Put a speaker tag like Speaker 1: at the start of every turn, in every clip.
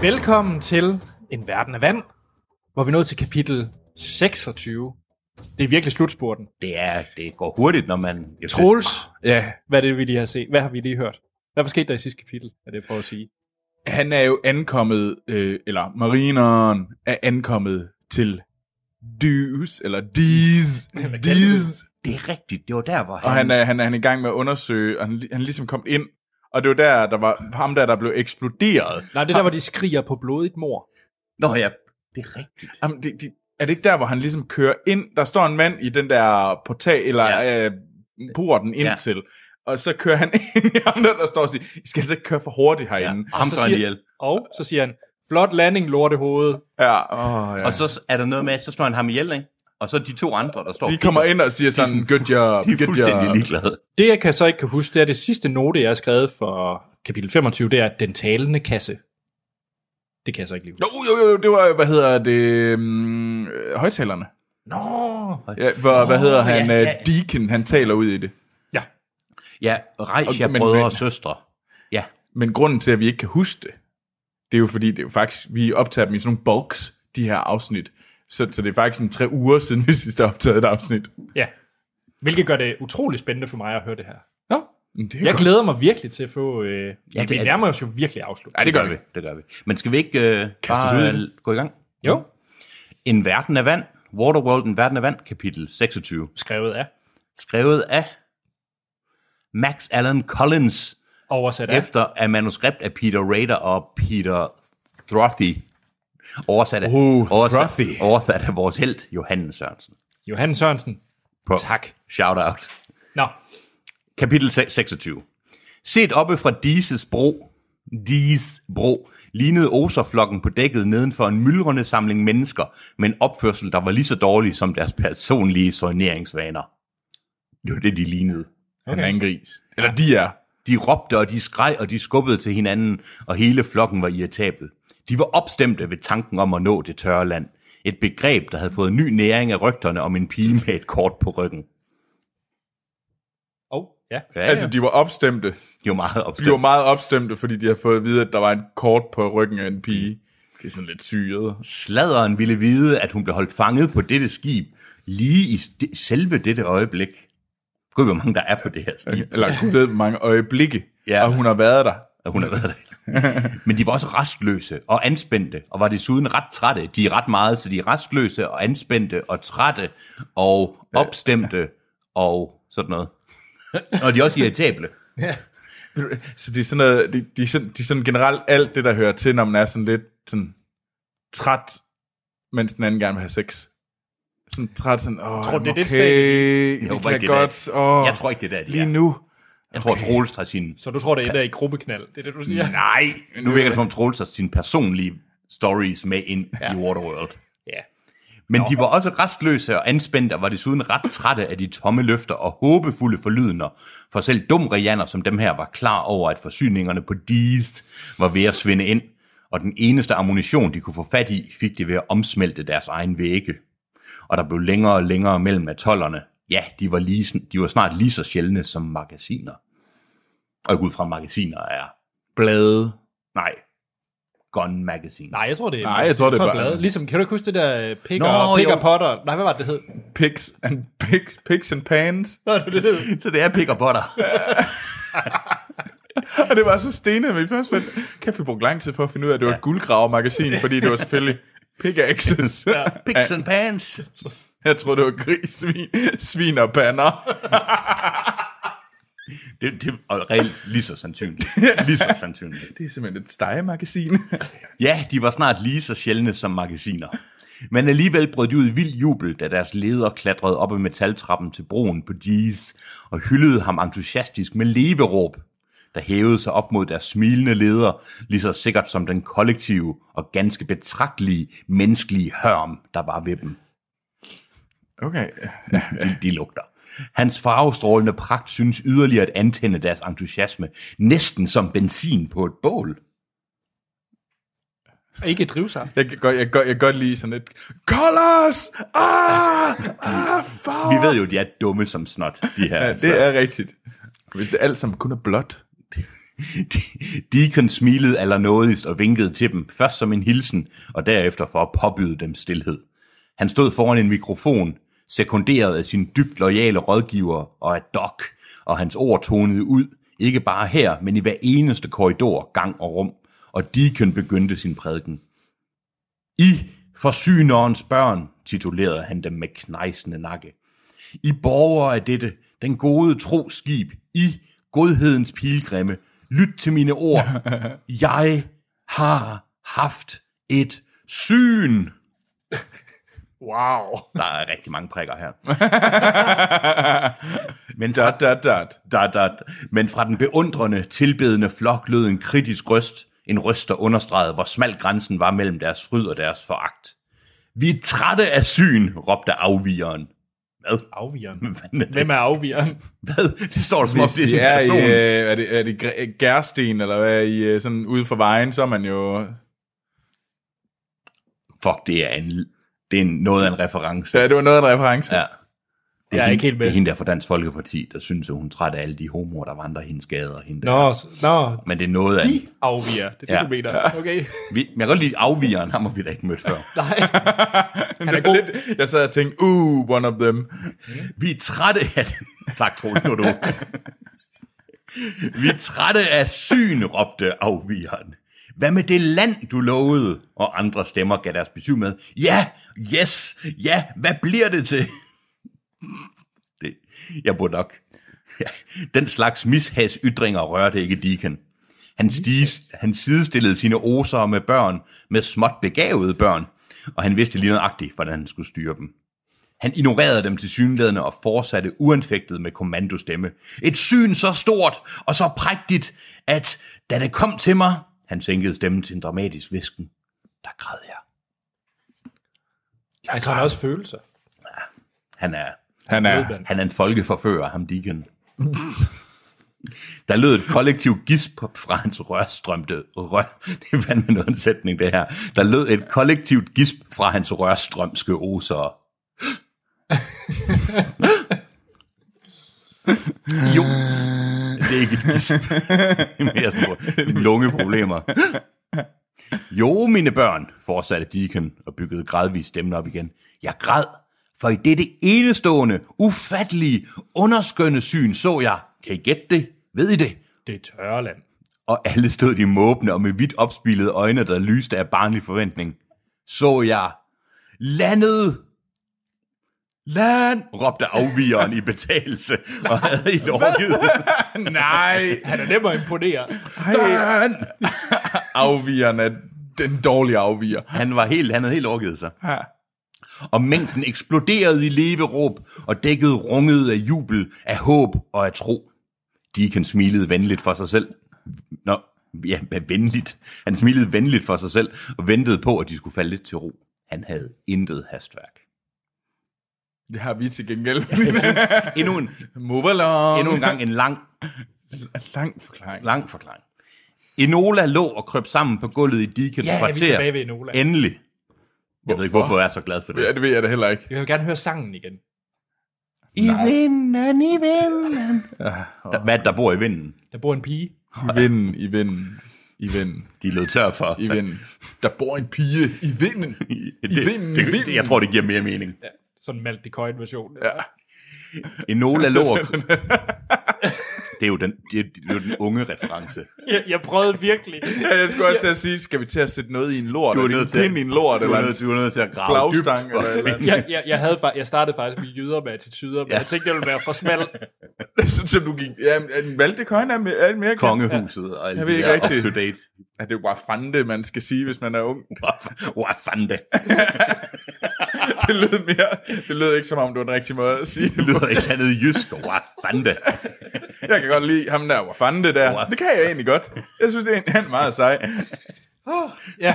Speaker 1: Velkommen til En Verden af Vand, hvor vi er nået til kapitel 26. Det er virkelig slutspurten.
Speaker 2: Det, er, det går hurtigt, når man... Jeg
Speaker 1: Troels,
Speaker 3: Ja,
Speaker 1: hvad er det, vi lige har set? Hvad har vi lige hørt? Hvad var sket der i sidste kapitel, er det, jeg prøver at sige?
Speaker 3: han er jo ankommet, øh, eller marineren er ankommet til Deus, eller Dees, Dees,
Speaker 2: Det er rigtigt. Det var der, hvor han...
Speaker 3: Og han er, han, er, han er i gang med at undersøge, og han, han er ligesom kommet ind, og det var der, der var ham der, der blev eksploderet.
Speaker 1: Nej, det er der, hvor de skriger på blodigt mor.
Speaker 2: Nå ja, det er rigtigt.
Speaker 3: Jamen, det, det, er det ikke der, hvor han ligesom kører ind? Der står en mand i den der portal, eller ja.
Speaker 2: Ja.
Speaker 3: øh, porten
Speaker 2: Ja.
Speaker 3: indtil, og så kører han ind i ham der, der står og siger, I skal altså ikke køre for hurtigt
Speaker 2: Ja.
Speaker 3: herinde.
Speaker 2: Og ham
Speaker 1: så
Speaker 2: slår han
Speaker 1: siger-
Speaker 2: ihjel.
Speaker 1: Og så siger han, flot landing, lortehoved.
Speaker 3: Ja, ja. Oh, ja.
Speaker 2: Og så er der noget med, at så slår han ham ihjel, ikke? Og så de to andre, der står...
Speaker 3: de kommer ind og siger sådan, good job,
Speaker 2: De er
Speaker 3: good
Speaker 2: fuldstændig
Speaker 3: job.
Speaker 2: ligeglade.
Speaker 1: Det, jeg kan så ikke kan huske, det er det sidste note, jeg har skrevet for kapitel 25, det er den talende kasse. Det kan jeg så ikke lige huske.
Speaker 3: Jo, jo, jo, det var, hvad hedder det, um, højtalerne.
Speaker 1: Nå!
Speaker 3: Ja, hvor, oh, hvad hedder han,
Speaker 2: ja,
Speaker 3: ja, ja.
Speaker 2: ja.
Speaker 3: Deacon, han taler ud i det.
Speaker 1: Ja,
Speaker 2: Ja, rejs
Speaker 3: Og-
Speaker 2: jer,
Speaker 3: men-
Speaker 2: brødre
Speaker 3: men-
Speaker 2: og søstre. Ja.
Speaker 3: Men grunden til, at vi ikke kan huske det, det er jo fordi, det er jo faktisk, vi optager dem i sådan nogle bulks, de her afsnit. Så, så det er faktisk sådan tre uger siden, vi sidst har optaget et afsnit.
Speaker 1: ja. Hvilket gør det utrolig spændende for mig at høre det her.
Speaker 3: Nå, men det er
Speaker 1: Jeg
Speaker 3: godt.
Speaker 1: glæder mig virkelig til at få... Øh, ja,
Speaker 2: det
Speaker 1: vi
Speaker 2: er-
Speaker 1: nærmer os jo virkelig afslut.
Speaker 3: Ja, det gør vi.
Speaker 2: Det gør vi. Men skal vi ikke øh,
Speaker 3: os ud i
Speaker 2: bare
Speaker 3: det?
Speaker 2: øh, gå i gang?
Speaker 1: Jo,
Speaker 2: En verden af vand. Waterworld, en verden af vand, kapitel 26.
Speaker 1: skrevet af.
Speaker 2: Skrevet af Max Allen Collins,
Speaker 1: Oversat af.
Speaker 2: ja. efter af manuskript af Peter Rader og Peter Throthy. Oversat af,
Speaker 3: Uh, Throthy.
Speaker 2: oversat, oversat af vores held, Johannes Sørensen.
Speaker 1: Johan Sørensen.
Speaker 2: Prof. Tak. Shout out.
Speaker 1: Nå,
Speaker 2: Kapitel se- 26. Set oppe fra Dises bro, Dis bro, lignede oserflokken på dækket nedenfor en myldrende samling mennesker med en opførsel, der var lige så dårlig som deres personlige soigneringsvaner. Det var det, de lignede.
Speaker 3: Han er en gris. Eller de er.
Speaker 2: De råbte, og de skreg, og de skubbede til hinanden, og hele flokken var irritabel. De var opstemte ved tanken om at nå det tørre land. Et begreb, der havde fået ny næring af rygterne om en pige med et kort på ryggen.
Speaker 1: oh, ja.
Speaker 2: Ja,
Speaker 3: Altså, de var opstemte.
Speaker 2: de var meget
Speaker 3: De var
Speaker 2: opstemte.
Speaker 3: meget opstemte, fordi de har fået at vide, at der var en kort på ryggen af en pige. Det er sådan lidt syret.
Speaker 2: Sladeren ville vide, at hun blev holdt fanget på dette skib, lige i st- selve dette øjeblik. Gud, hvor mange der er på det her skib.
Speaker 3: Eller hun ved hvor mange øjeblikke, ja.
Speaker 2: Ja.
Speaker 3: og hun har været der.
Speaker 2: Og hun har været der. Men de var også restløse og anspændte, og var desuden ret trætte. De er ret meget, så de er restløse og anspændte og trætte og opstemte og sådan noget. og de er også irritable.
Speaker 3: Så det er sådan noget, de, de, er sådan, de er sådan generelt alt det, der hører til, når man er sådan lidt sådan træt, mens den anden gerne vil have sex. Sådan træt, sådan, åh, tror,
Speaker 1: du, det er
Speaker 3: okay,
Speaker 1: det
Speaker 3: det,
Speaker 2: Jeg
Speaker 3: vi
Speaker 2: håber
Speaker 3: kan
Speaker 2: ikke, det er
Speaker 3: godt, åh,
Speaker 2: Jeg tror ikke, det er der, de
Speaker 3: lige
Speaker 2: er.
Speaker 3: nu.
Speaker 2: Jeg tror, Troels tager sin...
Speaker 1: Så du tror, det er et af i gruppeknald. Det er det, du siger?
Speaker 2: Nej, nu virker det som om Troels tager sine personlige stories med ind ja. i Waterworld.
Speaker 1: Ja.
Speaker 2: Men de var også restløse og anspændte og var desuden ret trætte af de tomme løfter og håbefulde forlydender. For selv dumrianer som dem her var klar over, at forsyningerne på Dees var ved at svinde ind, og den eneste ammunition, de kunne få fat i, fik de ved at omsmelte deres egen vægge. Og der blev længere og længere mellem atollerne. Ja, de var, lige, sn- de var snart lige så sjældne som magasiner. Og jeg går ud fra, at magasiner er...
Speaker 3: Blade.
Speaker 2: Nej, Gun Magazine.
Speaker 1: Nej, jeg tror, det er...
Speaker 3: Nej, jeg tror, det er
Speaker 1: så
Speaker 3: bare-
Speaker 1: blade. Ligesom, kan du ikke huske det der øh, pick
Speaker 2: Nå,
Speaker 1: og, pick
Speaker 2: jo.
Speaker 1: og potter? Nej, hvad var det, det hed?
Speaker 3: Pigs and, pigs, pigs and pans.
Speaker 1: Nå, det, det, det.
Speaker 2: Så det er pick og butter.
Speaker 3: og det var så stenet, men først fandt, kæft, vi brugte lang tid på at finde ud af, at det var et guldgravermagasin, fordi det var selvfølgelig pickaxes. Ja.
Speaker 2: Pigs and pants.
Speaker 3: Jeg troede, det var gris, svin, svin og pander.
Speaker 2: Det, det er reelt lige så sandsynligt. Lige så sandsynligt.
Speaker 3: Det er simpelthen et stegemagasin.
Speaker 2: Ja, de var snart lige så sjældne som magasiner. Men alligevel brød de ud i vild jubel, da deres leder klatrede op ad metaltrappen til broen på Dees og hyldede ham entusiastisk med leveråb, der hævede sig op mod deres smilende leder, lige så sikkert som den kollektive og ganske betragtelige menneskelige hørm, der var ved dem.
Speaker 3: okay.
Speaker 2: de, de lugter. Hans farvestrålende pragt synes yderligere at antænde deres entusiasme, næsten som benzin på et bål.
Speaker 1: Og ikke drivsaft.
Speaker 3: Jeg kan godt, jeg kan godt, jeg kan godt lide sådan lidt, colors! Ah! Ah, farver!
Speaker 2: Vi ved jo, de er dumme som snot, de her.
Speaker 3: Ja, det er rigtigt. Hvis det alt sammen kun er blåt.
Speaker 2: Deacon smilede allernådigst og vinkede til dem, først som en hilsen, og derefter for at påbyde dem stillhed. Han stod foran en mikrofon, sekunderet af sin dybt loyale rådgiver og af Doc, og hans ord tonede ud, ikke bare her, men i hver eneste korridor, gang og rum, og Deacon begyndte sin prædiken. I forsynerens børn, titulerede han dem med knejsende nakke. I borgere af dette, den gode tro skib, I godhedens pilgrimme, lyt til mine ord. Jeg har haft et syn.
Speaker 1: Wow.
Speaker 2: Der er rigtig mange prikker her.
Speaker 3: Men dot, dot, dot.
Speaker 2: Da, da, men fra den beundrende, tilbedende flok lød en kritisk røst, en røst, der understregede, hvor smal grænsen var mellem deres fryd og deres foragt. Vi er trætte af syn, råbte afvigeren. Hvad?
Speaker 1: Afvigeren.
Speaker 2: Hvad? er det?
Speaker 1: Hvem er afvigeren?
Speaker 2: Hvad? Det står der som om,
Speaker 3: Hvis
Speaker 2: det er
Speaker 3: de er
Speaker 2: sådan en person.
Speaker 3: i, øh, er det, er det Gre- Gersten, eller hvad, i, øh, sådan ude for vejen, så er man jo...
Speaker 2: Fuck, det er, en, det er en, noget af en reference.
Speaker 3: Så er det jo noget af en reference.
Speaker 2: Ja. Det
Speaker 1: Jeg er
Speaker 2: hende-
Speaker 1: ikke helt med.
Speaker 2: Det er hende der fra Dansk Folkeparti, der synes, at hun er træt af alle de homoer, der vandrer hendes gader. og Hende der.
Speaker 1: Nå, s- nå.
Speaker 2: Men det er noget af...
Speaker 1: De afviger. Det er det,
Speaker 2: Ja.
Speaker 1: ja. du mener. Okay.
Speaker 2: Vi, men jeg kan godt lide afvigeren, ham har vi da ikke mødt før.
Speaker 1: Nej.
Speaker 3: Han
Speaker 1: Han er god.
Speaker 3: Lidt, jeg sad og tænkte, uh, one of them.
Speaker 2: Vi er trætte af den. Tak, Troels, nu er du. Vi er trætte af syn, råbte afvigeren. Hvad med det land, du lovede? Og andre stemmer gav deres besyv med. Ja, yes, ja, hvad bliver det til? Det, jeg burde nok. Ja, den slags mishagsytringer rørte ikke Deacon. Han, stis, han sidestillede sine oser med børn, med småt begavede børn, og han vidste lige nøjagtigt, hvordan han skulle styre dem. Han ignorerede dem til synlædende og fortsatte uanfægtet med kommandostemme. Et syn så stort og så prægtigt, at da det kom til mig, han sænkede stemmen til en dramatisk visken, der græd jeg.
Speaker 1: Altså, han har også følelser.
Speaker 2: Han er,
Speaker 3: Han er...
Speaker 1: Uddannet.
Speaker 2: han er en folkeforfører, ham Deacon. Der lød et kollektivt gisp fra hans rørstrømte rør. Det er fandme noget af en sætning, det her. Der lød et kollektivt gisp fra hans rørstrømske osere. jo, det er ikke et gisp. Det er mere sådan nogle lungeproblemer. Jo, mine børn, fortsatte Deacon og byggede gradvist stemmen op igen. Jeg græd, for i dette enestående, ufattelige, underskønne syn så jeg. Kan I gætte det? Ved I det?
Speaker 1: Det er tørreland.
Speaker 2: Og alle stod de måbne og med vidt opspillede øjne, der lyste af barnlig forventning. Så jeg landet. Land, råbte afvigeren i betalelse, og havde i overgivet.
Speaker 3: Nej,
Speaker 1: Han er nem at imponere.
Speaker 3: han afvigeren er den dårlige afviger.
Speaker 2: Han, var helt, han havde helt overgivet sig. og mængden eksploderede i leveråb og dækkede runget af jubel, af håb og af tro. Deacon smilede venligt for sig selv. Nå, ja, hvad venligt. Han smilede venligt for sig selv og ventede på, at de skulle falde lidt til ro. Han havde intet hastværk.
Speaker 3: Det har vi til gengæld.
Speaker 2: Endnu en,
Speaker 3: Move along.
Speaker 2: endnu en gang en lang,
Speaker 3: Lang forklaring.
Speaker 2: lang forklaring. Enola lå og krøb sammen på gulvet i Deacons
Speaker 1: Ja, vi er
Speaker 2: kvarter.
Speaker 1: tilbage ved Enola.
Speaker 2: Endelig. Jeg ved ikke, hvorfor jeg er så glad for det.
Speaker 3: Ja, det ved jeg da heller ikke.
Speaker 1: Jeg vil gerne høre sangen igen.
Speaker 2: I vinden, i vinden. Der- Hvad er det, der bor i vinden?
Speaker 1: Der bor en pige.
Speaker 3: I vinden, i vinden, i vinden,
Speaker 2: De lød tør for.
Speaker 3: i vinden. Der bor en pige i vinden. I vinden,
Speaker 2: det,
Speaker 3: i
Speaker 2: det,
Speaker 3: vinden.
Speaker 2: det, jeg tror, det giver mere mening.
Speaker 1: Sådan en Malte Coyne version.
Speaker 3: Ja.
Speaker 2: Enola lå og... Det er jo den, det er, det er jo den unge reference.
Speaker 1: Jeg, jeg prøvede virkelig.
Speaker 3: Ja, jeg skulle også til at sige, skal vi til at sætte noget i en lort?
Speaker 2: Du er
Speaker 3: eller
Speaker 2: nødt
Speaker 3: en
Speaker 2: til,
Speaker 3: pind i en lort,
Speaker 2: du er
Speaker 3: eller
Speaker 2: nødt,
Speaker 3: en
Speaker 2: du er nødt til at grave dybt.
Speaker 3: flagstang, eller, et eller andet.
Speaker 1: Jeg, jeg, jeg, havde, fa- jeg startede faktisk med jyder med attityder, men ja. jeg tænkte, det ville være for smalt.
Speaker 3: Sådan som du gik... Ja, men Valdekøjen er, me- er mere kendt.
Speaker 2: Kongehuset og alt
Speaker 3: Jeg
Speaker 2: det
Speaker 3: ved ikke
Speaker 2: der
Speaker 3: rigtigt.
Speaker 2: up-to-date.
Speaker 3: Ja, det er jo bare fande, man skal sige, hvis man er ung.
Speaker 2: Hvor fanden det?
Speaker 3: Det lød, mere, det lød ikke, som om det var den rigtige måde at sige det.
Speaker 2: Det lyder ikke andet jysk. Hvor fanden det?
Speaker 3: Jeg kan godt lide ham der, hvor fanden det der.
Speaker 2: Hvor-
Speaker 3: Det kan jeg egentlig godt. Jeg synes, det er en, han er meget sej.
Speaker 1: Ja.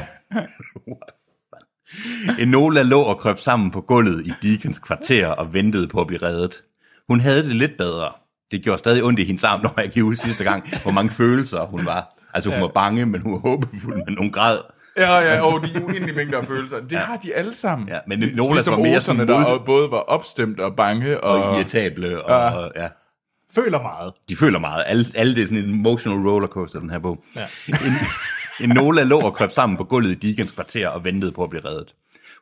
Speaker 2: Enola lå og krøb sammen på gulvet i Deacons kvarter og ventede på at blive reddet. Hun havde det lidt bedre. Det gjorde stadig ondt i hendes arm, når jeg kan huske sidste gang, hvor mange følelser hun var. Altså hun var bange, men hun var håbefuld, men hun græd.
Speaker 3: Ja, ja, og de uendelige mængder af følelser. Det ja. har de alle sammen.
Speaker 2: Ja, men Nolas
Speaker 3: ligesom
Speaker 2: var mere sådan
Speaker 3: oserne, der
Speaker 2: mod-
Speaker 3: og både var opstemt og bange. Og,
Speaker 2: Og irritable, og, og ja.
Speaker 1: Føler meget.
Speaker 2: De føler meget. Alle, alle det er sådan en emotional rollercoaster, den her bog. Ja. En, en Nola lå og krøb sammen på gulvet i Deacons kvarter og ventede på at blive reddet.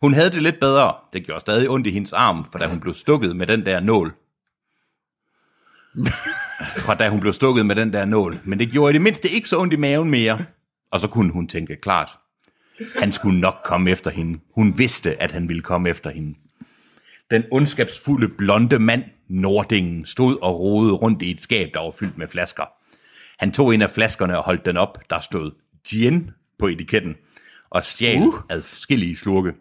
Speaker 2: Hun havde det lidt bedre. Det gjorde stadig ondt i hendes arm, for da hun blev stukket med den der nål. Fra da hun blev stukket med den der nål. Men det gjorde i det mindste ikke så ondt i maven mere. Og så kunne hun tænke klart. Han skulle nok komme efter hende. Hun vidste, at han ville komme efter hende. Den ondskabsfulde blonde mand, Nordingen, stod og rodede rundt i et skab, der var fyldt med flasker. Han tog en af flaskerne og holdt den op. Der stod gin på etiketten og stjal uh. adskillige slurke.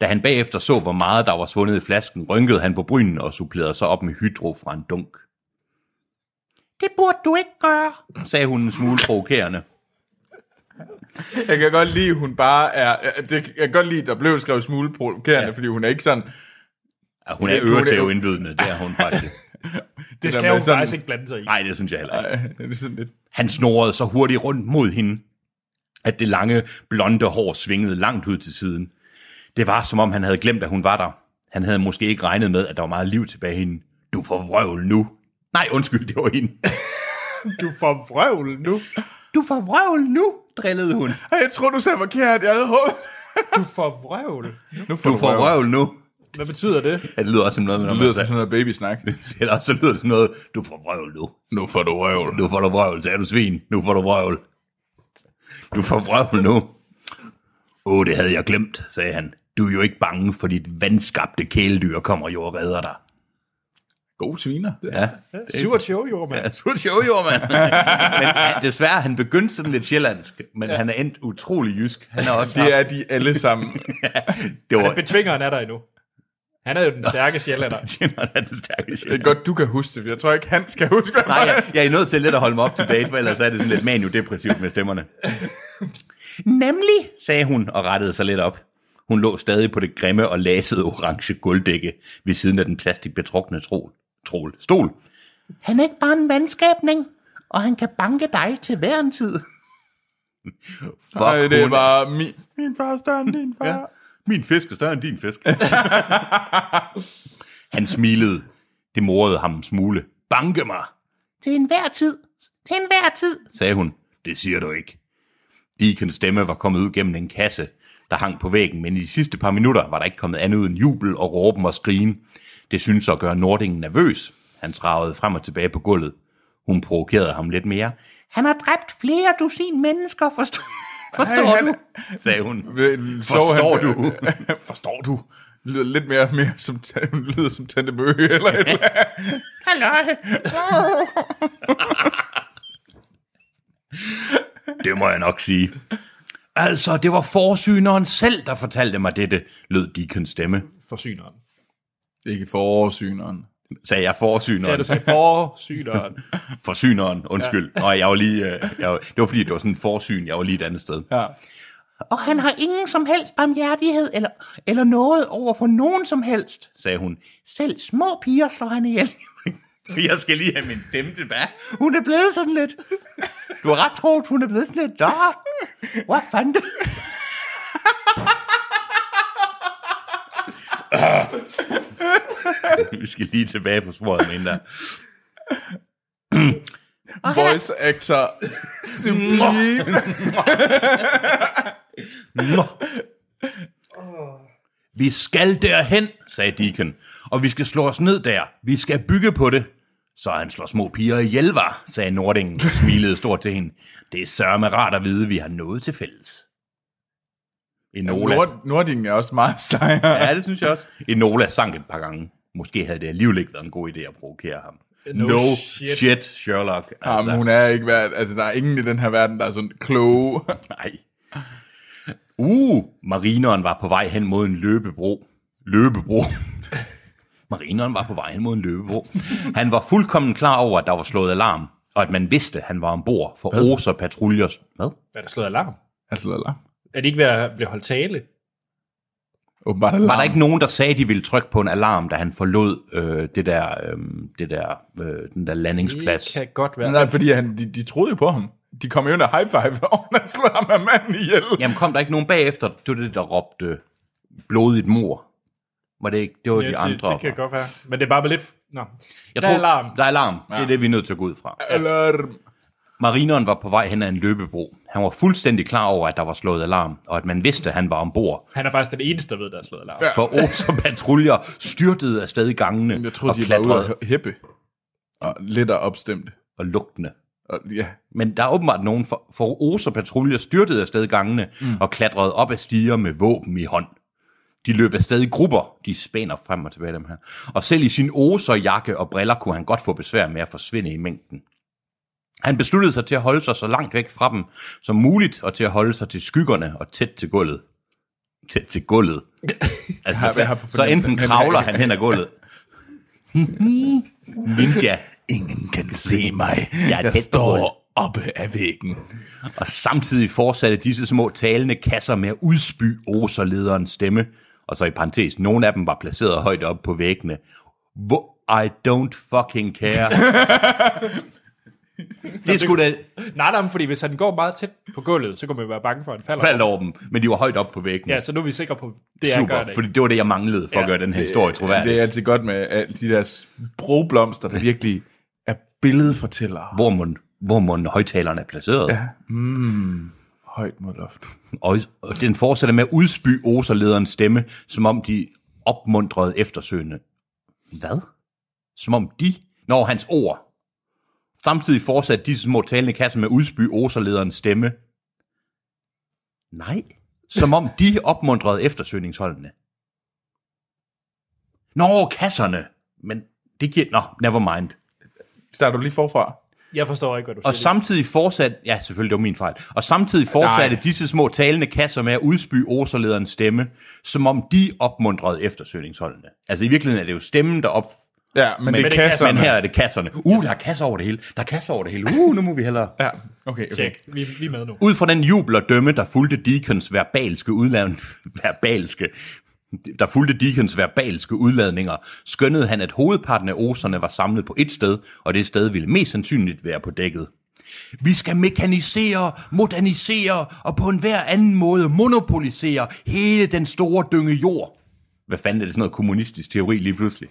Speaker 2: Da han bagefter så, hvor meget der var svundet i flasken, rynkede han på brynen og supplerede så op med hydro fra en dunk. Det burde du ikke gøre, sagde hun en smule provokerende.
Speaker 3: Jeg kan godt lide, hun bare er... Det, jeg kan godt lide, der blev skrevet smule provokerende, ja. fordi hun er ikke sådan...
Speaker 2: Ah, Hun
Speaker 3: Ja,
Speaker 2: er
Speaker 3: hun er-
Speaker 2: øretæveindbydende, det er hun faktisk.
Speaker 1: Det
Speaker 3: der
Speaker 1: skal
Speaker 3: med
Speaker 1: hun
Speaker 3: sådan-
Speaker 1: faktisk ikke blande sig i.
Speaker 2: Nej, det synes jeg heller ikke.
Speaker 3: Øh, det er sådan lidt...
Speaker 2: Han snorede så hurtigt rundt mod hende, at det lange, blonde hår svingede langt ud til siden. Det var, som om han havde glemt, at hun var der. Han havde måske ikke regnet med, at der var meget liv tilbage i hende. Du får vrøvl nu. Nej, undskyld, det var hende.
Speaker 1: Du får vrøvl nu.
Speaker 2: Du får vrøvl nu, drillede hun.
Speaker 3: Ej, jeg tror du sagde forkert. Jeg havde håbet...
Speaker 1: Du får vrøvl.
Speaker 3: Nu får
Speaker 2: Du får vrøvl nu.
Speaker 1: Hvad betyder det?
Speaker 2: Ja, det lyder også som noget, når
Speaker 3: Det
Speaker 2: man
Speaker 3: lyder som sådan
Speaker 2: sagde.
Speaker 3: noget babysnak.
Speaker 2: Eller også så lyder det som noget, du får vrøvl nu.
Speaker 3: Nu får du røvl.
Speaker 2: Nu får du vrøvl, sagde du svin. Nu får du vrøvl. Du får vrøvl nu. Åh, oh, det havde jeg glemt, sagde han. Du er jo ikke bange, for dit vandskabte kæledyr kommer jo og redder dig.
Speaker 3: God sviner.
Speaker 2: Ja,
Speaker 1: Surt show, jo, mand.
Speaker 2: ja surt show, jo, mand. men ja, desværre, han begyndte sådan lidt sjællandsk, men ja. han er endt utrolig jysk. Han er også
Speaker 3: Det er de alle sammen.
Speaker 2: det var,
Speaker 1: Men betvingeren er der endnu. Han er jo den stærke sjællander.
Speaker 2: han er den stærke
Speaker 3: Det er
Speaker 2: sjællander.
Speaker 3: godt, du kan huske det, for jeg tror ikke, han skal huske det.
Speaker 2: Nej, jeg, jeg er nødt til lidt at holde mig op til date, for ellers er det sådan lidt maniodepressivt med stemmerne. Nemlig, sagde hun og rettede sig lidt op. Hun lå stadig på det grimme og lasede orange gulddække ved siden af den plastikbetrukne trol, trol, stol. Han er ikke bare en vandskabning, og han kan banke dig til hver en tid. Fuck,
Speaker 3: Nej, det er
Speaker 2: hun-
Speaker 3: bare min, min far er større end din far. Ja.
Speaker 2: min fisk er større end din fisk. han smilede. Det morede ham en smule. Banke mig. Til enhver tid. Til enhver tid, sagde hun. Det siger du ikke. Deacons stemme var kommet ud gennem en kasse, der hang på væggen, men i de sidste par minutter var der ikke kommet andet end jubel og råben og skrigen. Det syntes at gøre Nordingen nervøs. Han travede frem og tilbage på gulvet. Hun provokerede ham lidt mere. Han har dræbt flere dusin mennesker, forstår, forstår
Speaker 3: Ej, han-
Speaker 2: du? sagde hun.
Speaker 3: Vel, så
Speaker 2: Forstår
Speaker 3: han,
Speaker 2: du?
Speaker 3: forstår du? Lyder lidt mere, mere som, ta- lyder som Tante Mø, eller et eller andet.
Speaker 2: Halløj. det må jeg nok sige. Altså, det var forsyneren selv, der fortalte mig dette, lød Deacons stemme.
Speaker 1: Forsyneren.
Speaker 3: Ikke forårsyneren.
Speaker 2: Sagde jeg
Speaker 1: Ja,
Speaker 2: forsyneren?
Speaker 1: du sagde forsyneren.
Speaker 2: Forsyneren, undskyld. Ja. Nå, jeg var lige, øh, jeg var, det var fordi, det var sådan en forsyn, jeg var lige et andet sted.
Speaker 3: Ja.
Speaker 2: Og han har ingen som helst barmhjertighed eller, eller noget over for nogen som helst, sagde hun. Selv små piger slår han ihjel. Jeg skal lige have min stemme tilbage. Hun er blevet sådan lidt... Du har ret troet, hun er blevet sådan lidt... Nå, hvad fanden det? Vi skal lige tilbage på sporet, mener jeg.
Speaker 3: Voice actor. Sublime.
Speaker 2: Nå. Vi skal derhen, sagde Deacon, og vi skal slå os ned der. Vi skal bygge på det. Så han slår små piger ihjel, var, sagde Nordingen og smilede stort til hende. Det er sørme rart at vide, vi har noget til fælles. Enola.
Speaker 3: Nord, Nordingen er også meget sejere.
Speaker 2: Ja, det synes jeg også. Enola sank et par gange. Måske havde det alligevel ikke været en god idé at provokere ham.
Speaker 1: No
Speaker 2: No, no
Speaker 1: shit.
Speaker 2: shit. shit, Sherlock.
Speaker 3: Jamen, hun er ikke værd, altså der er ingen i den her verden, der er sådan kloge.
Speaker 2: Nej. Uh, marineren var på vej hen mod en løbebro. Løbebro. marineren var på vej hen mod en løbebro. Han var fuldkommen klar over, at der var slået alarm, og at man vidste, at han var ombord for oser patruljers. Hvad?
Speaker 1: Er der slået alarm?
Speaker 3: Altså, lala.
Speaker 1: Er det ikke ved at blive holdt tale?
Speaker 3: Åbenbart
Speaker 2: Var
Speaker 3: alarm.
Speaker 2: der ikke nogen, der sagde, at de ville trykke på en alarm, da han forlod øh, det der, øh, det der, øh, den der landingsplads?
Speaker 1: Det kan godt være.
Speaker 3: Nej, fordi han, de, de troede jo på ham. De kom jo ind og high five, og han slog ham af manden ihjel.
Speaker 2: Jamen kom der ikke nogen bagefter? Det var det, der råbte blodigt mor. Var det ikke? Det var ja, de
Speaker 1: det,
Speaker 2: andre.
Speaker 1: det, det kan godt være. Men det er bare lidt... Nå.
Speaker 2: Jeg
Speaker 1: der
Speaker 2: tror,
Speaker 1: er alarm.
Speaker 2: Der er alarm. Ja. Det er det, vi er nødt til at gå ud fra.
Speaker 3: Eller...
Speaker 2: Marineren var på vej hen ad en løbebro. Han var fuldstændig klar over, at der var slået alarm, og at man vidste, at han var ombord.
Speaker 1: Han er faktisk den eneste, der ved, der er slået alarm.
Speaker 3: Ja.
Speaker 1: Ja.
Speaker 2: For ås og patruljer styrtede afsted i gangene
Speaker 3: Jeg troede,
Speaker 2: og
Speaker 3: de var
Speaker 2: klatrede
Speaker 3: ude og hæppe. Og lidt og opstemte.
Speaker 2: og lugtende.
Speaker 3: Og, ja.
Speaker 2: Men der er åbenbart nogen, for, for os og patruljer styrtede afsted i gangene mm. og klatrede op ad stiger med våben i hånd. De løb afsted i grupper. De spænder frem og tilbage dem her. Og selv i sin oser, jakke og briller kunne han godt få besvær med at forsvinde i mængden. Han besluttede sig til at holde sig så langt væk fra dem som muligt, og til at holde sig til skyggerne og tæt til gulvet. Tæt til gulvet. Altså,
Speaker 3: har- jeg har på
Speaker 2: så enten
Speaker 3: fornemmelsen.
Speaker 2: kravler han hen ad gulvet. Ninja.
Speaker 3: Ingen kan se mig.
Speaker 2: Jeg tæt på står gulvet.
Speaker 3: oppe af væggen.
Speaker 2: Og samtidig fortsatte disse små talende kasser med at udsby oserlederens stemme. Og så i parentes, nogle af dem var placeret højt op på væggene. Hvor I don't fucking care. det skulle da
Speaker 1: Nej, nej, men fordi hvis han går meget tæt på gulvet, så kunne man være bange for, at han falder.
Speaker 2: faldt over dem, men de var højt op på væggene.
Speaker 1: Ja, så nu er vi sikre på, det er gør det
Speaker 2: Super,
Speaker 1: ikke.
Speaker 2: fordi det var det, jeg manglede for ja, at gøre den her historie
Speaker 3: Det
Speaker 2: troværdig.
Speaker 3: er altid godt med alle de der broblomster, der virkelig er billedfortællere.
Speaker 2: Hvor mon, hvor mon højtalerne er placeret. Ja.
Speaker 3: Højt mod loft.
Speaker 2: Og, og den fortsætter med at udsby oserlederens stemme, som om de opmundrede eftersøgende. Hvad? Som om de? Når hans ord. Samtidig fortsatte disse små talende kasser med at udsby oserlederens stemme. Nej. Som om de opmundrede eftersøgningsholdene. Nå, kasserne. Men det giver... Nå, never mind.
Speaker 3: Starter du lige forfra?
Speaker 1: Jeg forstår ikke, hvad du
Speaker 2: Og
Speaker 1: siger.
Speaker 2: samtidig fortsatte, ja selvfølgelig, det var min fejl, og samtidig fortsatte
Speaker 3: Nej.
Speaker 2: disse små talende kasser med at udsby oserlederens stemme, som om de opmundrede eftersøgningsholdene. Altså i virkeligheden er det jo stemmen, der op...
Speaker 3: Ja, men, men det
Speaker 1: det
Speaker 3: er
Speaker 1: er
Speaker 3: kasserne.
Speaker 2: Men her er det kasserne. Uh, der er kasser over det hele. Der er kasser over det hele. Uh, nu må vi hellere...
Speaker 3: Ja, okay. okay.
Speaker 1: Check. Vi, vi er med nu.
Speaker 2: Ud fra den jubel og dømme, der fulgte Deacons verbalske udladning, verbalske, der fulgte Deacons verbalske udladninger, skønnede han, at hovedparten af oserne var samlet på et sted, og det sted ville mest sandsynligt være på dækket. Vi skal mekanisere, modernisere og på en hver anden måde monopolisere hele den store dynge jord. Hvad fanden er det sådan noget kommunistisk teori lige pludselig?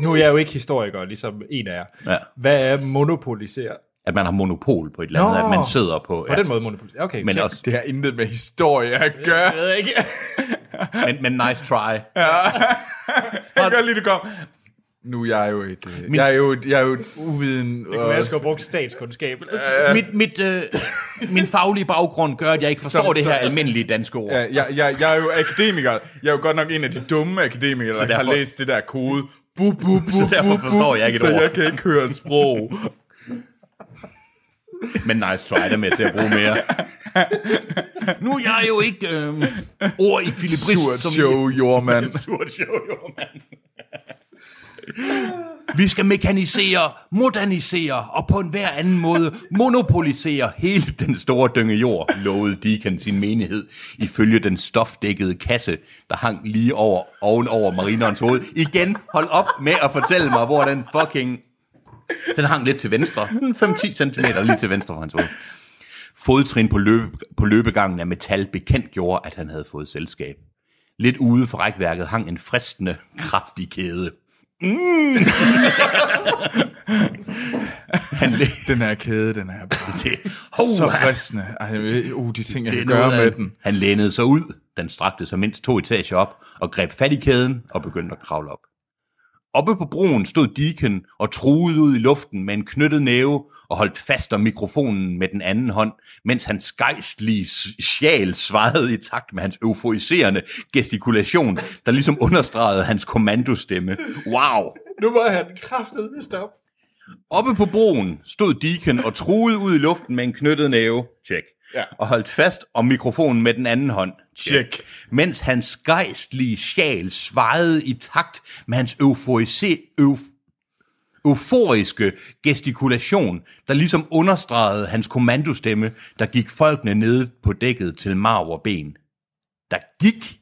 Speaker 1: Nu er jeg jo ikke historiker, ligesom en af jer.
Speaker 2: Ja.
Speaker 1: Hvad er monopolisere?
Speaker 2: At man har monopol på et eller andet,
Speaker 1: Nå.
Speaker 2: at man sidder på...
Speaker 1: På den måde monopolisere. Okay,
Speaker 2: men,
Speaker 1: check.
Speaker 2: også,
Speaker 3: Det har intet med historie at
Speaker 1: Jeg
Speaker 3: gøre.
Speaker 1: ved ikke.
Speaker 2: men, men nice try.
Speaker 3: Jeg gør lige, du kom. Nu er jeg jo et, øh, jeg er jo et, jeg er jo et uviden... Det
Speaker 1: Men jeg skal jo bruge statskundskab.
Speaker 2: mit, mit, øh, min faglige baggrund gør, at jeg ikke forstår
Speaker 3: Som-
Speaker 2: som, det her
Speaker 3: som-
Speaker 2: almindelige danske ord.
Speaker 3: Ja, jeg, jeg, jeg er jo akademiker. Jeg er jo godt nok en af de dumme akademikere, der derfor...
Speaker 2: derfor-
Speaker 3: har læst det der kode. Bu, bu, bu, så
Speaker 2: derfor forstår jeg ikke et
Speaker 3: Så
Speaker 2: ord.
Speaker 3: jeg kan ikke høre et sprog.
Speaker 2: Men nice try, der med til at bruge mere. nu er jeg jo ikke øh, ord i
Speaker 3: Surt
Speaker 2: filibrist.
Speaker 3: show, jordmand.
Speaker 2: Surt show, jo, mand. Vi skal mekanisere, modernisere og på en hver anden måde monopolisere hele den store dynge jord, lovede Deacon sin menighed, ifølge den stofdækkede kasse, der hang lige over, oven over marinerens hoved. Igen, hold op med at fortælle mig, hvor den fucking... Den hang lidt til venstre. Hmm, 5-10 cm lige til venstre for hans hoved. Fodtrin på, løbe, på løbegangen af metal bekendt gjorde, at han havde fået selskab. Lidt ude for rækværket hang en fristende, kraftig kæde. Mm. han læ-
Speaker 3: Den her kæde, den er bare
Speaker 2: det. Hov,
Speaker 3: så
Speaker 2: han-
Speaker 3: fristende. Ej, jeg ved- uh, de ting, jeg
Speaker 2: det er
Speaker 3: kan gøre
Speaker 2: noget af-
Speaker 3: med den.
Speaker 2: Han lænede sig ud, den strakte sig mindst to etager op, og greb fat i kæden og begyndte at kravle op. Oppe på broen stod Deacon og truede ud i luften med en knyttet næve og holdt fast om mikrofonen med den anden hånd, mens hans gejstlige s- sjæl svarede i takt med hans euforiserende gestikulation, der ligesom understregede hans kommandostemme. Wow!
Speaker 1: Nu må han kraftet med stop.
Speaker 2: Oppe på broen stod Deacon og truede ud i luften med en knyttet næve. Check.
Speaker 1: Ja.
Speaker 2: Og holdt fast om mikrofonen med den anden hånd.
Speaker 1: Check.
Speaker 2: Mens hans gejstlige sjæl svajede i takt med hans euforise, euf- euforiske gestikulation, der ligesom understregede hans kommandostemme, der gik folkene nede på dækket til marv og ben. Der gik,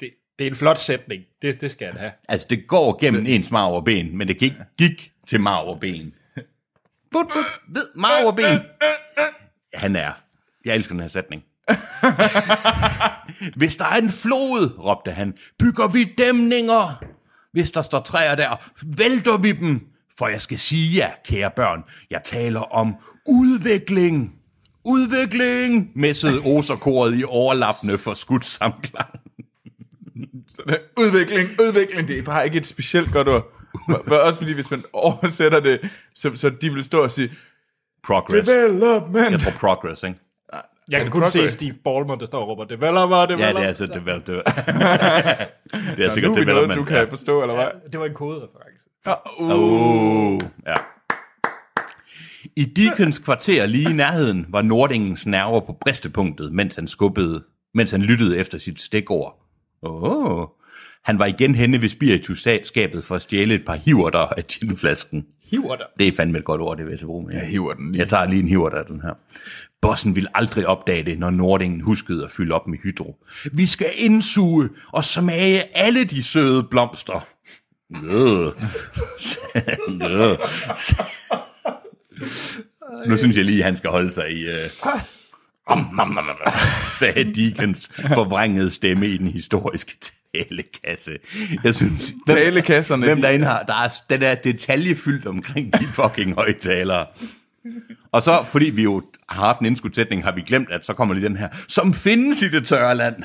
Speaker 1: Det, det er en flot sætning. Det, det skal han have.
Speaker 2: altså det går gennem ens marv og ben, men det gik, gik til marv og ben. But, but, ved, marv og ben. Han er. Jeg elsker den her sætning. Hvis der er en flod, råbte han, bygger vi dæmninger. Hvis der står træer der, vælter vi dem. For jeg skal sige jer, kære børn, jeg taler om udvikling. Udvikling, messede oserkoret i overlappende for skudt samklang.
Speaker 3: Udvikling, udvikling, det er bare ikke et specielt godt ord. B- også fordi, hvis man oversætter det, så, så de vil stå og sige,
Speaker 2: Progress. Jeg
Speaker 3: development.
Speaker 2: tror progress, ikke?
Speaker 1: Jeg kan
Speaker 3: det
Speaker 1: kun se
Speaker 3: Crocker?
Speaker 1: Steve Ballmer, der står og råber, developer, developer.
Speaker 2: Ja, det er altså develop, det er, det er
Speaker 3: Nu
Speaker 2: sikkert
Speaker 3: er vi noget,
Speaker 2: development.
Speaker 3: du kan forstå, eller hvad?
Speaker 1: det var en kodereference.
Speaker 3: Ja. Uh.
Speaker 2: Uh, ja. I Deacons kvarter lige i nærheden var Nordingens nerver på bristepunktet, mens han skubbede, mens han lyttede efter sit stikord. Oh. Han var igen henne ved spiritusskabet for at stjæle et par hiverter af ginflasken.
Speaker 1: Hiver dig.
Speaker 2: Det er fandme et godt ord, det vil jeg så bruge med.
Speaker 3: Jeg hiver den lige.
Speaker 2: Jeg tager lige en hiver af den her. Bossen ville aldrig opdage det, når Nordingen huskede at fylde op med hydro. Vi skal indsuge og smage alle de søde blomster. Øh. Øh. nu synes jeg lige, at han skal holde sig i... Øh. Om, om, om, om, sagde Deacons forvrængede stemme i den historiske talekasse. Jeg synes,
Speaker 3: Talekasserne,
Speaker 2: Hvem
Speaker 3: de-
Speaker 2: der indhar, der er, den er detaljefyldt omkring de fucking højtalere. Og så, fordi vi jo har haft en indskudsætning, har vi glemt, at så kommer lige den her, som findes i det tørre land.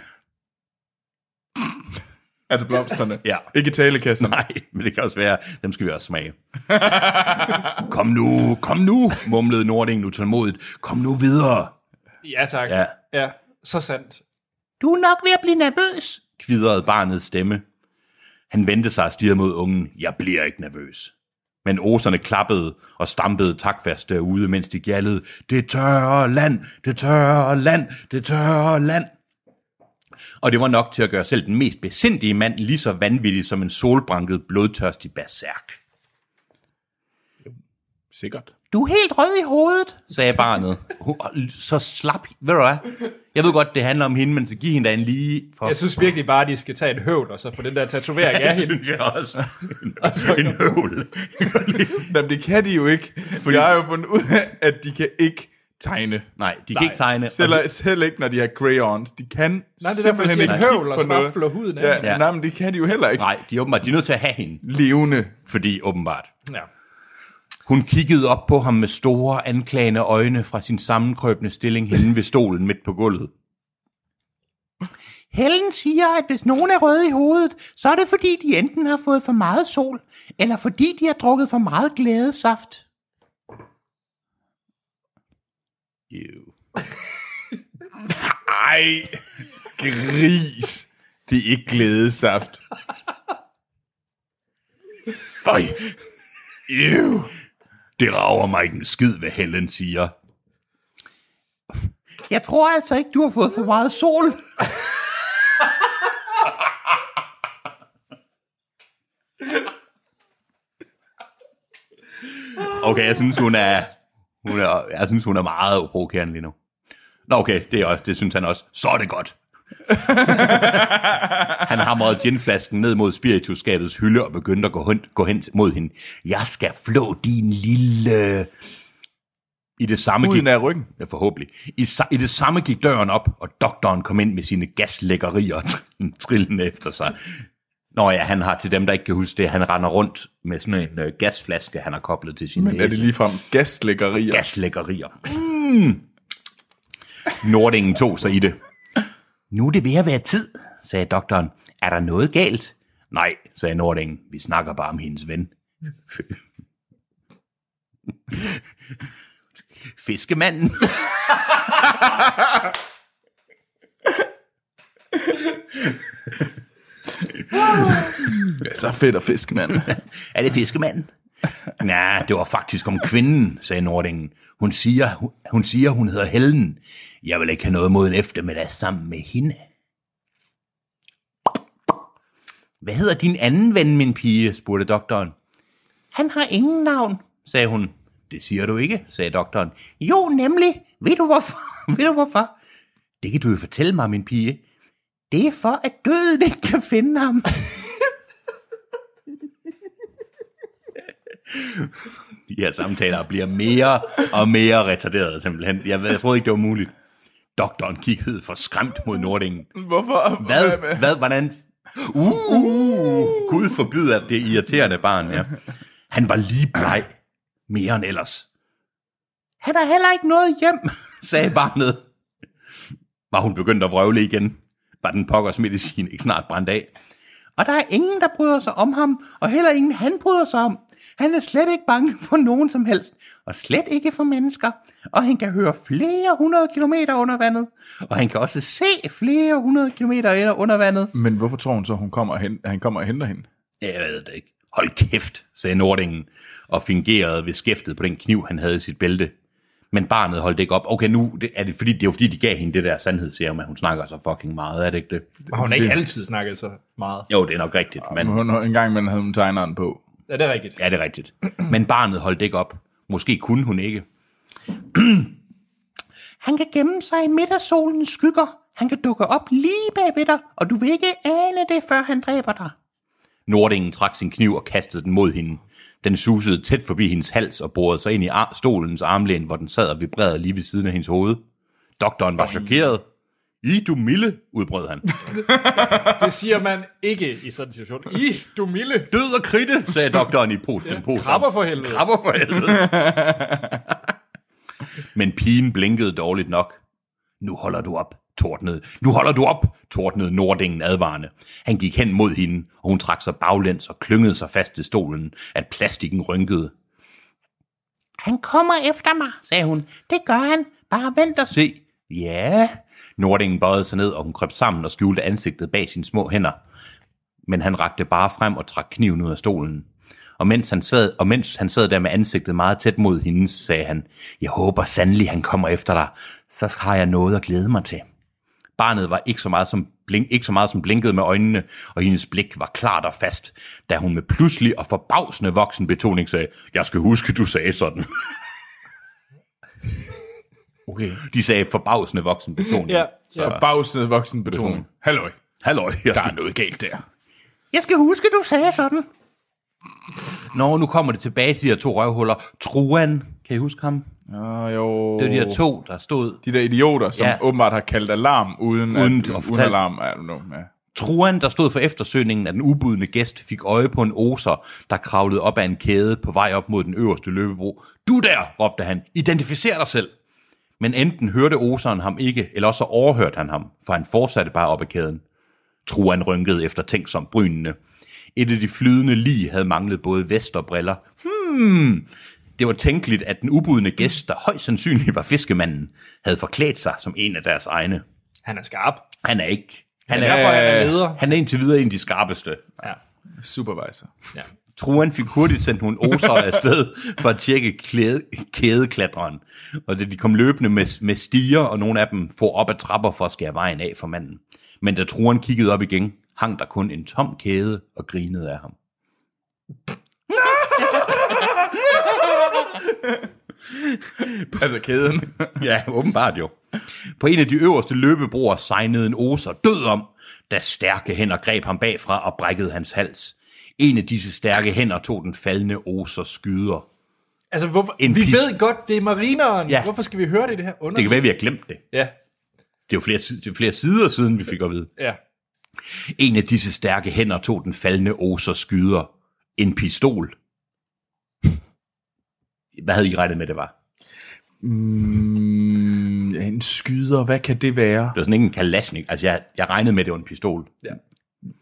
Speaker 3: Altså blomsterne.
Speaker 2: Ja.
Speaker 3: Ikke talekasserne.
Speaker 2: Nej, men det kan også være, dem skal vi også smage. kom nu, kom nu, mumlede Nordingen utålmodigt. Kom nu videre.
Speaker 1: Ja, tak.
Speaker 2: Ja.
Speaker 1: ja. Så sandt.
Speaker 2: Du er nok ved at blive nervøs, kvidrede barnets stemme. Han vendte sig og stirrede mod ungen. Jeg bliver ikke nervøs. Men oserne klappede og stampede takfast derude, mens de gjaldede. Det tørre land, det tørre land, det tørre land. Og det var nok til at gøre selv den mest besindige mand lige så vanvittig som en solbranket blodtørstig berserk.
Speaker 3: Sikkert.
Speaker 2: Du er helt rød i hovedet, sagde barnet. Hun- Så slap, ved du hvad? Jeg ved godt, det handler om hende, men så giv hende da en lige... For
Speaker 1: Jeg synes virkelig bare, de skal tage en høvl, og så få den der tatovering af
Speaker 2: det
Speaker 1: hende.
Speaker 2: synes jeg også. En, en høvl.
Speaker 3: Jamen, det kan de jo ikke. Fordi... Jeg har jo fundet ud af, at de kan ikke tegne.
Speaker 2: Nej, de
Speaker 1: Nej.
Speaker 2: kan ikke tegne. og
Speaker 3: Selv, selv ikke, når de har crayons. De kan
Speaker 1: Nej, det er derfor, jeg siger en høvl, og så bare flå huden af.
Speaker 3: Ja,
Speaker 2: Ja.
Speaker 3: ja. Nej, men det kan de jo heller
Speaker 2: de-
Speaker 3: ikke. Nej.
Speaker 2: Nej, de er åbenbart de er nødt til at have hende,
Speaker 3: Levende.
Speaker 2: fordi åbenbart.
Speaker 1: Ja.
Speaker 2: Hun kiggede op på ham med store, anklagende øjne fra sin sammenkrøbende stilling henne ved stolen midt på gulvet. Helen siger, at hvis nogen er røde i hovedet, så er det fordi, de enten har fået for meget sol, eller fordi de har drukket for meget glædesaft. Ew.
Speaker 3: Ej, gris. Det er ikke glædesaft.
Speaker 2: Føj. Ew. Det rager mig ikke en skid, hvad Helen siger. Jeg tror altså ikke, du har fået for meget sol. Okay, jeg synes, hun er, hun er, jeg synes, hun er meget provokerende lige nu. Nå okay, det, er også, det synes han også. Så er det godt. Han hamrede ginflasken ned mod spiritusskabets hylde og begyndte at gå hen, gå hen mod hende. Jeg skal flå din lille... I det samme
Speaker 3: Uden af ryggen.
Speaker 2: Ja, forhåbentlig. I, sa- I det samme gik døren op, og doktoren kom ind med sine gaslækkerier tr- trillende efter sig. Nå ja, han har til dem, der ikke kan huske det, han render rundt med sådan en øh, gasflaske, han har koblet til sin
Speaker 3: Men er
Speaker 2: næse.
Speaker 3: det ligefrem gaslækkerier?
Speaker 2: Gaslækkerier. Mm. Nordingen tog sig i det. Nu er det ved at være tid, sagde doktoren. Er der noget galt? Nej, sagde Nordingen, vi snakker bare om hendes ven. Fiskemanden.
Speaker 4: Ja, så fedt at fiske, mand.
Speaker 2: Er det fiskemanden? Nej, det var faktisk om kvinden, sagde Nordingen. Hun siger, hun, hun siger, hun hedder Helen. Jeg vil ikke have noget mod en eftermiddag sammen med hende. Hvad hedder din anden ven, min pige? spurgte doktoren. Han har ingen navn, sagde hun. Det siger du ikke, sagde doktoren. Jo, nemlig. Ved du hvorfor? Ved du hvorfor? Det kan du jo fortælle mig, min pige. Det er for, at døden ikke kan finde ham. de her samtaler bliver mere og mere retarderet, simpelthen. Jeg, ved- jeg troede ikke, det var muligt. Doktoren kiggede forskræmt mod Nordingen.
Speaker 4: Hvorfor?
Speaker 2: Hvad? Hvad? Hvordan? Uh, uh, Gud forbyder det irriterende barn, ja. Han var lige bleg. Mere end ellers. Han har heller ikke noget hjem, sagde barnet. Var hun begyndt at vrøvle igen? Var den pokkers medicin ikke snart brændt af? Og der er ingen, der bryder sig om ham, og heller ingen, han bryder sig om. Han er slet ikke bange for nogen som helst, og slet ikke for mennesker. Og han kan høre flere hundrede kilometer under vandet, og han kan også se flere hundrede kilometer under vandet.
Speaker 4: Men hvorfor tror hun så, hun kommer og hen, han kommer og henter hende?
Speaker 2: Jeg ved det ikke. Hold kæft, sagde Nordingen, og fingerede ved skæftet på den kniv, han havde i sit bælte. Men barnet holdt ikke op. Okay, nu det, er det, fordi, det er jo fordi, de gav hende det der sandhedsserum, at hun snakker så fucking meget, er det ikke det?
Speaker 1: Har hun ikke altid snakket så meget?
Speaker 2: Jo, det er nok rigtigt, men
Speaker 4: Hun, en gang man havde hun tegneren på.
Speaker 1: Ja, det er rigtigt.
Speaker 2: Ja, det er rigtigt. Men barnet holdt ikke op. Måske kunne hun ikke. Han kan gemme sig i midt af solens skygger. Han kan dukke op lige bagved dig, og du vil ikke ane det, før han dræber dig. Nordingen trak sin kniv og kastede den mod hende. Den susede tæt forbi hendes hals og borede sig ind i ar- stolens armlæn, hvor den sad og vibrerede lige ved siden af hendes hoved. Doktoren var chokeret. I du milde, udbrød han.
Speaker 1: Det siger man ikke i sådan en situation. I, du milde.
Speaker 2: Død og kritte, sagde doktoren i posen. Ja,
Speaker 1: Krabber for helvede.
Speaker 2: Krabber for helvede. Men pigen blinkede dårligt nok. Nu holder du op, tordnede. Nu holder du op, tordnede Nordingen advarende. Han gik hen mod hende, og hun trak sig baglæns og klyngede sig fast til stolen, at plastikken rynkede. Han kommer efter mig, sagde hun. Det gør han. Bare vent og se. Ja. Nordingen bøjede sig ned, og hun krøb sammen og skjulte ansigtet bag sine små hænder men han rakte bare frem og trak kniven ud af stolen. Og mens, han sad, og mens han sad der med ansigtet meget tæt mod hendes, sagde han, jeg håber sandelig, han kommer efter dig, så har jeg noget at glæde mig til. Barnet var ikke så, meget som blink, ikke så meget som blinkede med øjnene, og hendes blik var klart og fast, da hun med pludselig og forbavsende voksen betoning sagde, jeg skal huske, du sagde sådan.
Speaker 4: Okay.
Speaker 2: De sagde forbavsende voksen betoning.
Speaker 1: Ja, ja.
Speaker 4: Forbavset voksenbetoning. Halløj.
Speaker 2: Halløj, jeg
Speaker 4: Der
Speaker 2: skal
Speaker 4: er noget galt der.
Speaker 2: Jeg skal huske, du sagde sådan. Nå, nu kommer det tilbage til de her to røvhuller. Truan, kan I huske ham?
Speaker 4: Ah, jo.
Speaker 2: Det var de her to, der stod.
Speaker 4: De der idioter, som
Speaker 2: Ja.
Speaker 4: ja. åbenbart har kaldt alarm uden,
Speaker 2: Uden at
Speaker 4: at, uden
Speaker 2: fortælle.
Speaker 4: alarm. Ja, no, ja.
Speaker 2: Truan, der stod for eftersøgningen af den ubudne gæst, fik øje på en oser, der kravlede op ad en kæde på vej op mod den øverste løbebro. Du der, råbte han. Identificer dig selv. Men enten hørte oseren ham ikke, eller også overhørte han ham, for han fortsatte bare op ad kæden. Truan rynkede efter ting som brynene. Et af de flydende lig havde manglet både vest og briller. Hmm. Det var tænkeligt, at den ubudne gæst, der højst sandsynligt var fiskemanden, havde forklædt sig som en af deres egne.
Speaker 1: Han er skarp.
Speaker 2: Han er ikke. Han
Speaker 1: Det er derfor, han er leder.
Speaker 2: han er indtil videre en af de skarpeste.
Speaker 1: Ja.
Speaker 4: Supervisor.
Speaker 1: ja.
Speaker 2: Truan fik hurtigt sendt nogle oser afsted for at tjekke klæde, kædeklatteren. Og da de kom løbende med, med stiger, og nogle af dem for op ad trapper for at skære vejen af for manden. Men da Truan kiggede op igen, hang der kun en tom kæde og grinede af ham.
Speaker 4: Altså kæden.
Speaker 2: Ja, åbenbart jo. På en af de øverste løbebroer sejnede en oser død om, da stærke hænder greb ham bagfra og brækkede hans hals. En af disse stærke hænder tog den faldende oser skyder.
Speaker 1: Altså, hvorfor,
Speaker 2: En
Speaker 1: vi
Speaker 2: pis.
Speaker 1: ved godt, det er marineren.
Speaker 2: Ja.
Speaker 1: Ja. Hvorfor skal vi høre det, i det her under?
Speaker 2: Det kan være, at vi har glemt det.
Speaker 1: Ja,
Speaker 2: Det er jo flere, si- det er flere sider siden, vi fik at vide.
Speaker 1: ja.
Speaker 2: En af disse stærke hænder tog den faldende oser skyder. En pistol. Hvad havde I regnet med, det var?
Speaker 4: Mm, en skyder, hvad kan det være?
Speaker 2: Det var sådan ikke en kalasnik. Altså, jeg, jeg regnede med, det var en pistol.
Speaker 1: Ja.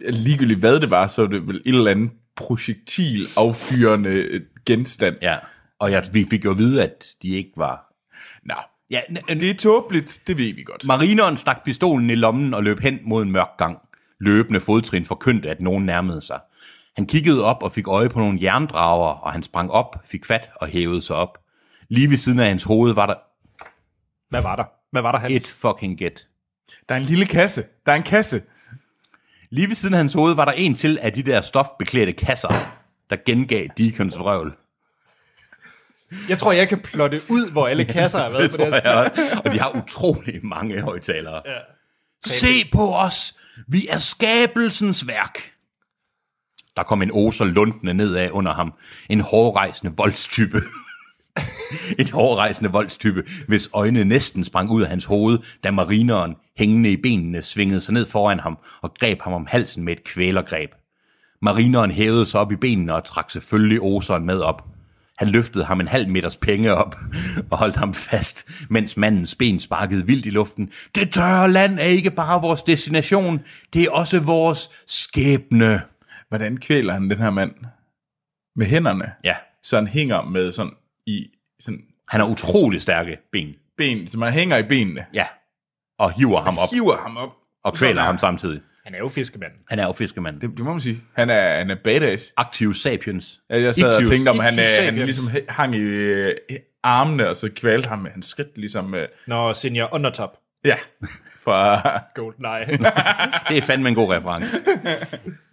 Speaker 3: ligegyldigt hvad det var, så var det vel et eller andet projektil affyrende øh, genstand.
Speaker 2: Ja. Og jeg, vi fik jo at vide, at de ikke var...
Speaker 3: Nå,
Speaker 2: Ja, n- n-
Speaker 3: det er tåbeligt, det ved vi godt.
Speaker 2: Marineren stak pistolen i lommen og løb hen mod en mørk gang. Løbende fodtrin forkyndte, at nogen nærmede sig. Han kiggede op og fik øje på nogle jerndrager, og han sprang op, fik fat og hævede sig op. Lige ved siden af hans hoved var der
Speaker 1: Hvad var der? Hvad var der, Hans?
Speaker 2: et fucking gæt.
Speaker 5: Der er en lille kasse. Der er en kasse.
Speaker 2: Lige ved siden af hans hoved var der en til af de der stofbeklædte kasser, der gengav Deacons vrøvl.
Speaker 1: Jeg tror, jeg kan plotte ud, hvor alle kasser har været
Speaker 2: Det
Speaker 1: på
Speaker 2: tror
Speaker 1: det her.
Speaker 2: jeg også. Og de har utrolig mange højtalere. Ja. Se på os! Vi er skabelsens værk! Der kom en oser lundende nedad under ham. En hårrejsende voldstype. en hårrejsende voldstype, hvis øjne næsten sprang ud af hans hoved, da marineren, hængende i benene, svingede sig ned foran ham og greb ham om halsen med et kvælergreb. Marineren hævede sig op i benene og trak selvfølgelig oseren med op. Han løftede ham en halv meters penge op og holdt ham fast, mens mandens ben sparkede vildt i luften. Det tørre land er ikke bare vores destination, det er også vores skæbne.
Speaker 3: Hvordan kvæler han den her mand? Med hænderne?
Speaker 2: Ja,
Speaker 3: Så han hænger med sådan i sådan
Speaker 2: han har utrolig stærke ben.
Speaker 3: ben, så man hænger i benene.
Speaker 2: Ja, og hiver ham op
Speaker 3: Hiver ham op.
Speaker 2: og kvæler ham samtidig.
Speaker 1: Han er jo fiskemanden.
Speaker 2: Han er jo fiskemand.
Speaker 3: Det, det må man sige. Han er, han er badass.
Speaker 2: Aktiv sapiens.
Speaker 3: Ja, Jeg sad og
Speaker 2: Ictius.
Speaker 3: tænkte, om han,
Speaker 1: Ictius
Speaker 3: øh, han
Speaker 1: sapiens.
Speaker 3: ligesom hæ- hang i øh, armene, og så kvalte ham med hans skridt, ligesom... Øh,
Speaker 1: Når senior undertop.
Speaker 3: ja, fra...
Speaker 1: Gold, nej.
Speaker 2: Det er fandme en god reference.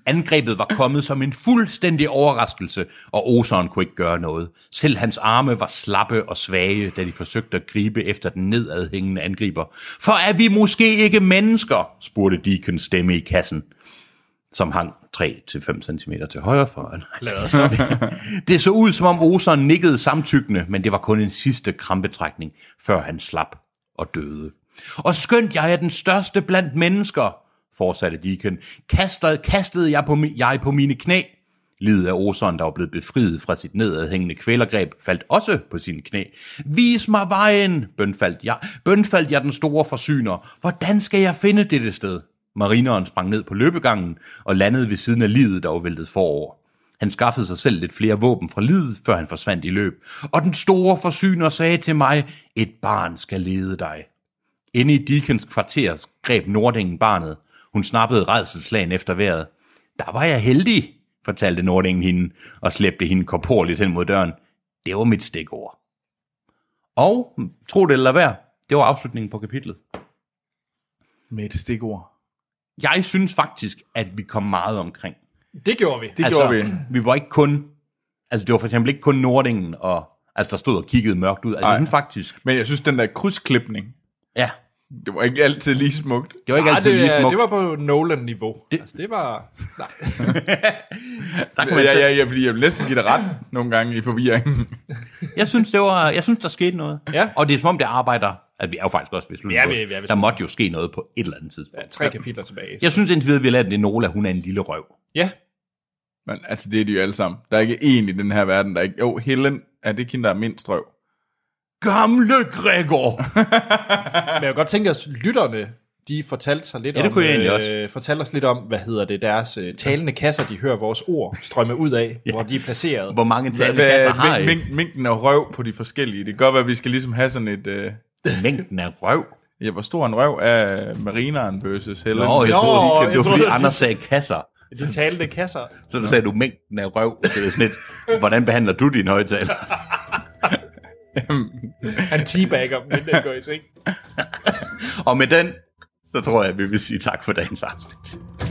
Speaker 2: Angrebet var kommet som en fuldstændig overraskelse, og Oseren kunne ikke gøre noget. Selv hans arme var slappe og svage, da de forsøgte at gribe efter den nedadhængende angriber. For er vi måske ikke mennesker? spurgte Deacons stemme i kassen, som hang 3-5 cm til højre for. Det så ud, som om Oseren nikkede samtykkende, men det var kun en sidste krampetrækning, før han slap og døde. Og skønt jeg er den største blandt mennesker, fortsatte Deacon, kaster, kastede jeg på, mi- jeg på mine knæ. Lidet af Oseren, der var blevet befriet fra sit nedadhængende kvælergreb, faldt også på sine knæ. Vis mig vejen, bønfaldt jeg, bønfaldt jeg den store forsyner. Hvordan skal jeg finde dette sted? Marineren sprang ned på løbegangen og landede ved siden af livet, der var væltet forover. Han skaffede sig selv lidt flere våben fra livet, før han forsvandt i løb. Og den store forsyner sagde til mig, et barn skal lede dig. Inde i Deacons kvarter greb Nordingen barnet. Hun snappede redselslagen efter vejret. Der var jeg heldig, fortalte Nordingen hende, og slæbte hende korporligt hen mod døren. Det var mit stikord. Og, tro det eller lad være, det var afslutningen på kapitlet.
Speaker 3: Med et stikord.
Speaker 2: Jeg synes faktisk, at vi kom meget omkring.
Speaker 1: det gjorde vi.
Speaker 3: Det gjorde vi.
Speaker 2: Altså, Vi var ikke kun... Altså, det var for eksempel ikke kun Nordingen, og, altså, der stod og kiggede mørkt ud. Altså, Ej. faktisk...
Speaker 3: Men jeg synes, den der krydsklipning,
Speaker 2: Ja,
Speaker 3: det var ikke altid lige smukt.
Speaker 2: det var ikke
Speaker 1: Ej,
Speaker 2: altid
Speaker 1: det,
Speaker 2: lige
Speaker 1: er-
Speaker 2: smukt.
Speaker 1: det
Speaker 2: Var...
Speaker 1: var på Nolan-niveau. Det, altså, det var... Nej.
Speaker 2: Der kunne man
Speaker 3: Ja,
Speaker 2: ja,
Speaker 3: ja, ja, fordi jeg vil næsten give dig ret nogle gange i forvirringen.
Speaker 2: Jeg synes, det var, jeg synes, der skete noget.
Speaker 1: Ja.
Speaker 2: Og det er som om, det arbejder... At vi er jo faktisk også ved
Speaker 1: Ja,
Speaker 2: slutningen.
Speaker 1: vi- vi er ved
Speaker 2: der måtte jo ske noget på et eller andet tidspunkt.
Speaker 1: Tre kapitler tilbage.
Speaker 2: Jeg synes indtil videre, vi har lært, at Nola, hun er en lille røv.
Speaker 1: Ja.
Speaker 3: Men altså, det er de jo alle sammen. Der er ikke en i den her verden, der ikke... Jo, Helen er det kind, der er mindst røv.
Speaker 2: Gamle Gregor!
Speaker 1: Men jeg kan godt tænke os, lytterne, de fortalte sig lidt
Speaker 2: Ja, det
Speaker 1: om, øh,
Speaker 2: kunne jeg egentlig også.
Speaker 1: fortalte os lidt om, hvad hedder det, deres øh, talende kasser, de hører vores ord strømme ud af, ja. hvor de er placeret.
Speaker 2: Hvor mange
Speaker 3: Hvad,
Speaker 2: tal kasser har
Speaker 3: hvad,
Speaker 2: I?
Speaker 3: mæng, mængden af røv på de forskellige. Det kan godt være, at vi skal ligesom have sådan et... Øh,
Speaker 2: Mængden af røv.
Speaker 3: ja, hvor stor en røv er marineren versus Helen?
Speaker 2: Nå, jeg troede,
Speaker 1: Nå,
Speaker 2: de
Speaker 1: jeg
Speaker 2: kan- det var fordi,
Speaker 1: troede, at-
Speaker 2: Anders sagde kasser.
Speaker 1: De talende kasser.
Speaker 2: Så du sagde du mængden af røv. Det er sådan lidt, hvordan behandler du din højtaler?
Speaker 1: Han teabagger dem, inden den går i seng.
Speaker 2: Og med den, så tror jeg, at vi vil sige tak for dagens afsnit.